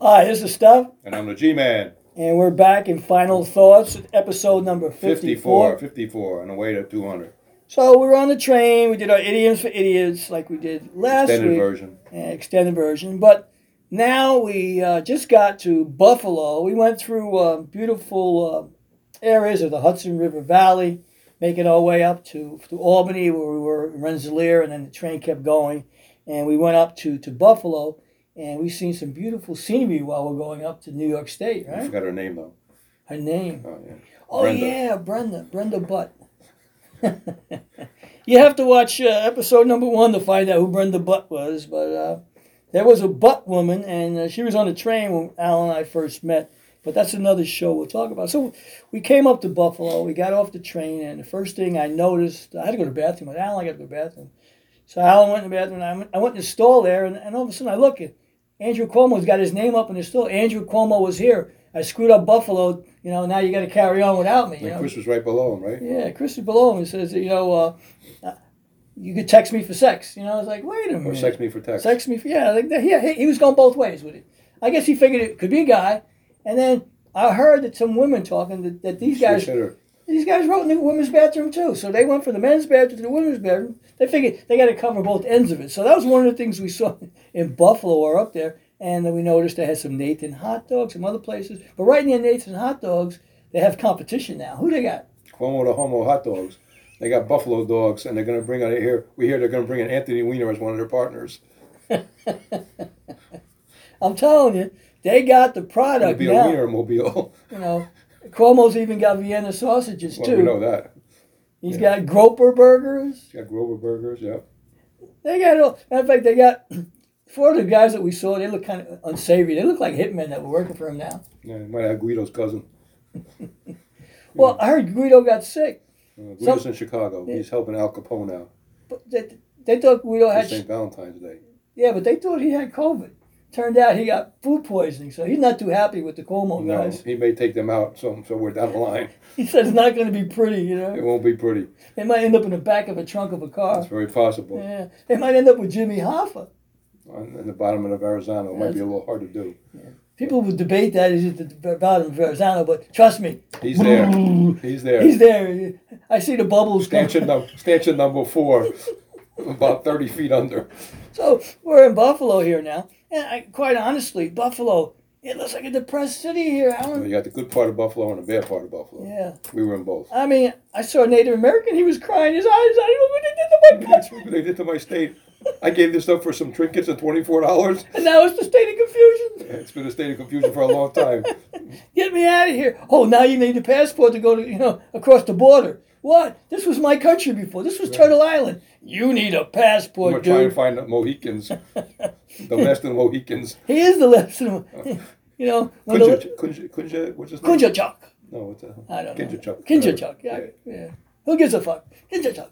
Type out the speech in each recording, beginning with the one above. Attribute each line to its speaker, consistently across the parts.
Speaker 1: Hi, this is Steph,
Speaker 2: And I'm the G-Man,
Speaker 1: and we're back in Final Thoughts, episode number 54.
Speaker 2: 54, 54, on the way to 200.
Speaker 1: So we're on the train. We did our idioms for idiots like we did last
Speaker 2: Extended
Speaker 1: week,
Speaker 2: version.
Speaker 1: eh, extended version. But now we uh, just got to Buffalo. We went through uh, beautiful uh, areas of the Hudson River Valley, making our way up to, to Albany, where we were in Rensselaer, and then the train kept going, and we went up to, to Buffalo. And we've seen some beautiful scenery while we're going up to New York State,
Speaker 2: I
Speaker 1: right?
Speaker 2: forgot her name, though.
Speaker 1: Her name.
Speaker 2: Oh, yeah.
Speaker 1: Oh
Speaker 2: Brenda.
Speaker 1: yeah, Brenda, Brenda Butt. you have to watch uh, episode number one to find out who Brenda Butt was, but uh, there was a Butt woman, and uh, she was on the train when Al and I first met. But that's another show we'll talk about. So we came up to Buffalo. We got off the train, and the first thing I noticed, I had to go to the bathroom. But Alan, I got to go to the bathroom. So Alan went to the bathroom. And I went, I went in the stall there, and, and all of a sudden I look at Andrew Cuomo's got his name up in the store. Andrew Cuomo was here. I screwed up Buffalo. You know, now you got to carry on without me. You
Speaker 2: And
Speaker 1: know?
Speaker 2: Chris was right below him, right?
Speaker 1: yeah, Chris is below him and says, you know, uh, you could text me for sex. You know, I was like, wait a
Speaker 2: Or
Speaker 1: minute.
Speaker 2: sex me for text.
Speaker 1: Sex me for, yeah, like, yeah, he, he was going both ways with it. I guess he figured it could be a guy. And then I heard that some women talking that, that these
Speaker 2: She
Speaker 1: guys
Speaker 2: said her-
Speaker 1: these guys wrote in the women's bathroom too. So they went from the men's bathroom to the women's bathroom. They figured they got to cover both ends of it. So that was one of the things we saw in Buffalo or up there. And then we noticed they had some Nathan hot dogs, some other places. But right near Nathan hot dogs, they have competition now. Who they got?
Speaker 2: Cuomo the Homo hot dogs. They got buffalo dogs, and they're going to bring out here. We hear they're going to bring in Anthony Weiner as one of their partners.
Speaker 1: I'm telling you, they got the
Speaker 2: It'll
Speaker 1: product
Speaker 2: be a
Speaker 1: now.
Speaker 2: Wiener mobile.
Speaker 1: You know, Cuomo's even got Vienna sausages
Speaker 2: well,
Speaker 1: too.
Speaker 2: we know that.
Speaker 1: He's
Speaker 2: yeah.
Speaker 1: got Groper burgers.
Speaker 2: She got Grover Burgers, yeah.
Speaker 1: They got all. Matter of fact, they got four of the guys that we saw. They look kind of unsavory. They look like hitmen that were working for him now.
Speaker 2: yeah. Might have Guido's cousin.
Speaker 1: Well, I heard Guido got sick.
Speaker 2: Uh, Guido's
Speaker 1: Some-
Speaker 2: in Chicago. He's helping Al Capone now
Speaker 1: But they, they thought Guido
Speaker 2: for
Speaker 1: had.
Speaker 2: St. Valentine's Day.
Speaker 1: Yeah, but they thought he had COVID. Turned out he got food poisoning, so he's not too happy with the Cuomo
Speaker 2: No,
Speaker 1: guys.
Speaker 2: he may take them out some somewhere down the line.
Speaker 1: He said it's not going to be pretty. You know,
Speaker 2: It won't be pretty.
Speaker 1: they might end up in the back of a trunk of a
Speaker 2: It's
Speaker 1: car.
Speaker 2: very possible.
Speaker 1: Yeah, they might end up with Jimmy Hoffa.
Speaker 2: on, in the bottom of Arizona. It might be a little hard to do.
Speaker 1: People would debate that is it the bottom of Arizona, but trust me,
Speaker 2: He's there. He's there.
Speaker 1: he's there. I see the bubbles coming.
Speaker 2: Stanchion, num- stanchion number four, about 30 feet under.
Speaker 1: So we're in Buffalo here now, and I, quite honestly, Buffalo, it looks like a depressed city here, Alan.
Speaker 2: You got the good part of Buffalo and the bad part of Buffalo.
Speaker 1: Yeah,
Speaker 2: We were in both.
Speaker 1: I mean, I saw a Native American. He was crying his eyes out. He was like, "What they did to my
Speaker 2: That's
Speaker 1: country?"
Speaker 2: what they did to my state. I gave this up for some trinkets and $24.
Speaker 1: And now it's the state of confusion.
Speaker 2: It's been a state of confusion for a long time.
Speaker 1: Get me out of here. Oh, now you need a passport to go to you know across the border. What? This was my country before. This was Turtle Island. You need a
Speaker 2: I'm going
Speaker 1: passport,
Speaker 2: to try and
Speaker 1: dude.
Speaker 2: find the Mohicans, the last of the Mohicans.
Speaker 1: He is the last of them. You know, when the
Speaker 2: Kunja, Kunja, Kunja, what's his name?
Speaker 1: Kunjachuk.
Speaker 2: No, what's that?
Speaker 1: I don't know.
Speaker 2: Kinjachuk.
Speaker 1: Kinjachuk, yeah, yeah. Who gives a fuck? Kinjachuk.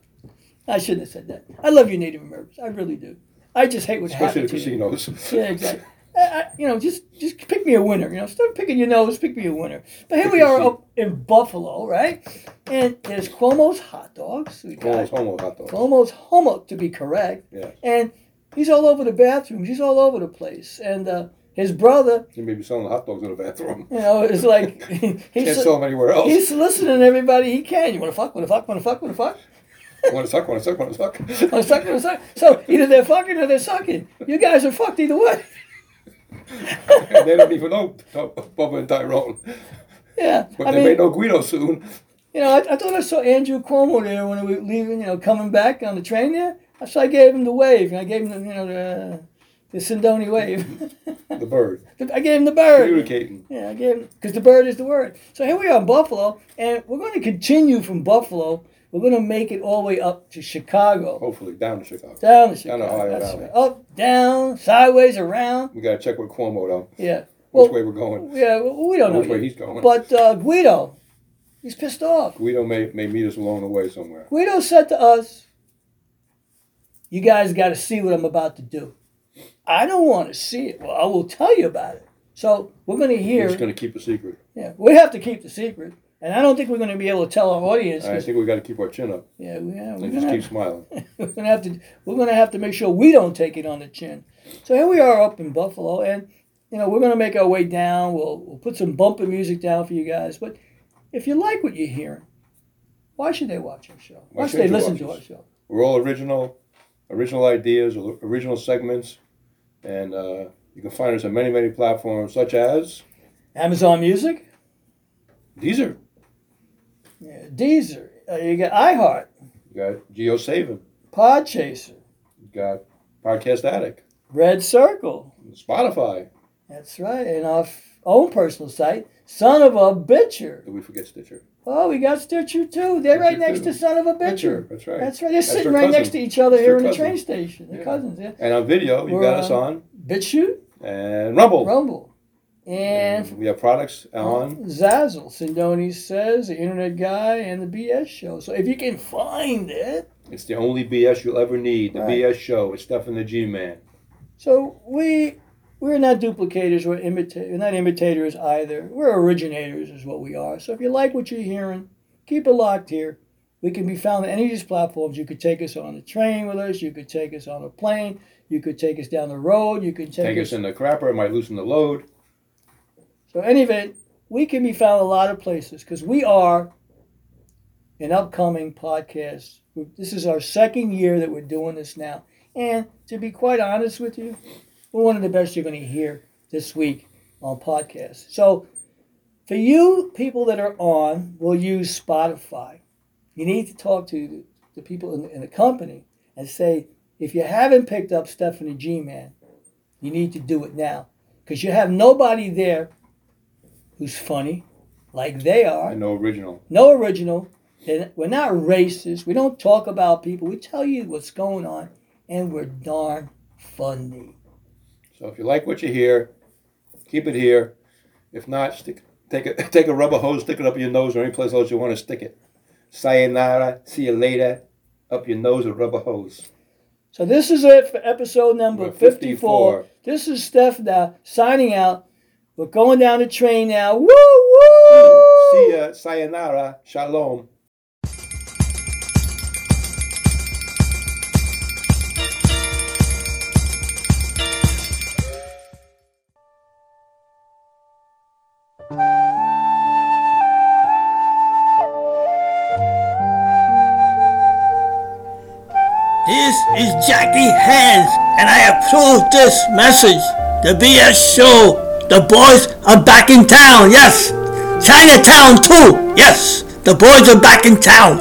Speaker 1: I shouldn't have said that. I love you, Native Americans. I really do. I just hate what's
Speaker 2: Especially the
Speaker 1: happening. to you.
Speaker 2: casinos.
Speaker 1: Yeah, exactly. I, I, you know, just just pick me a winner. You know, stop picking your nose. Pick me a winner. But here we
Speaker 2: your
Speaker 1: are
Speaker 2: seat.
Speaker 1: up in Buffalo, right? And there's Cuomo's hot dogs. We got
Speaker 2: Almost homo hot dogs.
Speaker 1: Cuomo's homo, to be correct.
Speaker 2: Yeah.
Speaker 1: And he's all over the bathrooms. He's all over the place. And uh, his brother,
Speaker 2: He may be selling hot dogs in the bathroom.
Speaker 1: you know, is like he's
Speaker 2: Can't sell them anywhere else.
Speaker 1: He's soliciting everybody he can. You want to fuck? Want to fuck? Want to fuck? Want to fuck?
Speaker 2: want to suck, want to suck, want to suck.
Speaker 1: Want to suck? Want to suck? So either they're fucking or they're sucking. You guys are fucked either way.
Speaker 2: they don't even know Bubba and Tyrone.
Speaker 1: Yeah,
Speaker 2: But
Speaker 1: I
Speaker 2: they may
Speaker 1: mean,
Speaker 2: know Guido soon.
Speaker 1: you know, I, I thought I saw Andrew Cuomo there when we were leaving, you know, coming back on the train there. So I gave him the wave. And I gave him, the, you know, the the Sindoni wave.
Speaker 2: The bird.
Speaker 1: I gave him the bird.
Speaker 2: Communicating.
Speaker 1: Yeah, I gave because the bird is the word. So here we are in Buffalo, and we're going to continue from Buffalo. We're going to make it all the way up to Chicago.
Speaker 2: Hopefully, down to Chicago.
Speaker 1: Down the
Speaker 2: Oh, Down
Speaker 1: Chicago.
Speaker 2: Ohio
Speaker 1: that's
Speaker 2: Valley.
Speaker 1: right. Up, down, sideways, around.
Speaker 2: We got to check with Cuomo, though.
Speaker 1: Yeah.
Speaker 2: Which
Speaker 1: Well,
Speaker 2: way we're going.
Speaker 1: yeah, well, we don't know.
Speaker 2: Which way
Speaker 1: yet.
Speaker 2: he's going.
Speaker 1: But uh, Guido, he's pissed off.
Speaker 2: Guido may, may meet us along the way somewhere.
Speaker 1: Guido said to us, You guys got to see what I'm about to do. I don't want to see it. Well, I will tell you about it. So we're going to
Speaker 2: We're
Speaker 1: hear.
Speaker 2: just going to keep a secret.
Speaker 1: yeah, we have to keep the secret. And I don't think we're going to be able to tell our audience.
Speaker 2: I
Speaker 1: 'cause-
Speaker 2: think we got to keep our chin up
Speaker 1: yeah, we, yeah, we're
Speaker 2: and
Speaker 1: going
Speaker 2: just
Speaker 1: to
Speaker 2: keep smiling.
Speaker 1: we're gonna have to we're gonna have to make sure we don't take it on the chin. So here we are up in Buffalo, and you know, we're going to make our way down. We'll, we'll put some bumper music down for you guys. But if you like what you're hearing, why should they watch our show?
Speaker 2: Why
Speaker 1: Why, should
Speaker 2: should
Speaker 1: they
Speaker 2: you
Speaker 1: listen
Speaker 2: watch
Speaker 1: to
Speaker 2: us?
Speaker 1: our show?
Speaker 2: We're all original, original ideas, or- original segments, and uh, you can find us on many, many platforms such as
Speaker 1: Amazon Music,
Speaker 2: Deezer,
Speaker 1: yeah, Deezer, uh, you got iHeart,
Speaker 2: you got GeoSaving,
Speaker 1: Podchaser,
Speaker 2: you got Podcast Addict,
Speaker 1: Red Circle.
Speaker 2: Spotify.
Speaker 1: That's right. And our f- own personal site, Son of a Bitcher.
Speaker 2: Did we forget Stitcher?
Speaker 1: Oh, we got Stitcher too. They're right
Speaker 2: Stitcher,
Speaker 1: next
Speaker 2: too.
Speaker 1: to Son of a Bitcher.
Speaker 2: That's right.
Speaker 1: That's right. They're sitting
Speaker 2: their
Speaker 1: right next to
Speaker 2: cousin.
Speaker 1: each other
Speaker 2: That's
Speaker 1: here
Speaker 2: their
Speaker 1: in the
Speaker 2: cousin.
Speaker 1: train station. They're
Speaker 2: Yeah.
Speaker 1: cousins, yeah.
Speaker 2: And on video, you
Speaker 1: We're
Speaker 2: got us
Speaker 1: on-
Speaker 2: on
Speaker 1: BitChute,
Speaker 2: and Rumble.
Speaker 1: Rumble, Oh. and
Speaker 2: We have products on
Speaker 1: Zazzle, Sindoni says, the internet guy, and the BS show. So if you can find it,
Speaker 2: It's the only BS you'll ever need. The
Speaker 1: Right.
Speaker 2: BS show. It's Stefan the G Man.
Speaker 1: so we we're not duplicators, we're imitators, we're not imitators either. We're originators, is what we are. So if you like what you're hearing, keep it locked here. We can be found on any of these platforms. You could take us on a train with us. You could take us on a plane. You could take us down the road. You could take,
Speaker 2: Take us in the crapper. It might loosen the load.
Speaker 1: So, anyway, we can be found a lot of places because we are an upcoming podcast. We- This is our second year that we're doing this now. And to be quite honest with you, we're one of the best you're going to hear this week on podcasts. So, for you people that are on, we'll use Spotify. You need to talk to the, the people in the, in the company and say, if you haven't picked up Stephanie G Man, you need to do it now because you have nobody there who's funny like they are
Speaker 2: And no original.
Speaker 1: no original. And we're not racist. We don't talk about people. We tell you what's going on, and we're darn funny.
Speaker 2: So if you like what you hear, keep it here. If not, stick take a take a rubber hose, stick it up your nose or any place else you want to stick it. Sayonara. See you later. Up your nose with rubber hose.
Speaker 1: So this is it for episode number
Speaker 2: Number
Speaker 1: 54.
Speaker 2: 54.
Speaker 1: This is Steph now signing out. We're going down the train now. Woo woo!
Speaker 2: See ya. Sayonara. Shalom.
Speaker 3: This is Jackie Hands, and I approve this message. The BS show. The boys are back in town, yes. Chinatown, too, yes. The boys are back in town.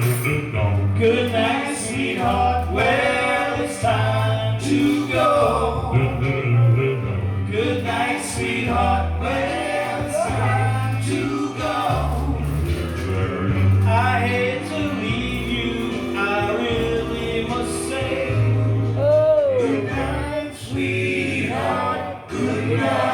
Speaker 4: Good night, sweetheart. Well, it's time to go. Good night, sweetheart. Well, it's time to go. I hate to leave you. I really must say. Good night, sweetheart. Good night. oh,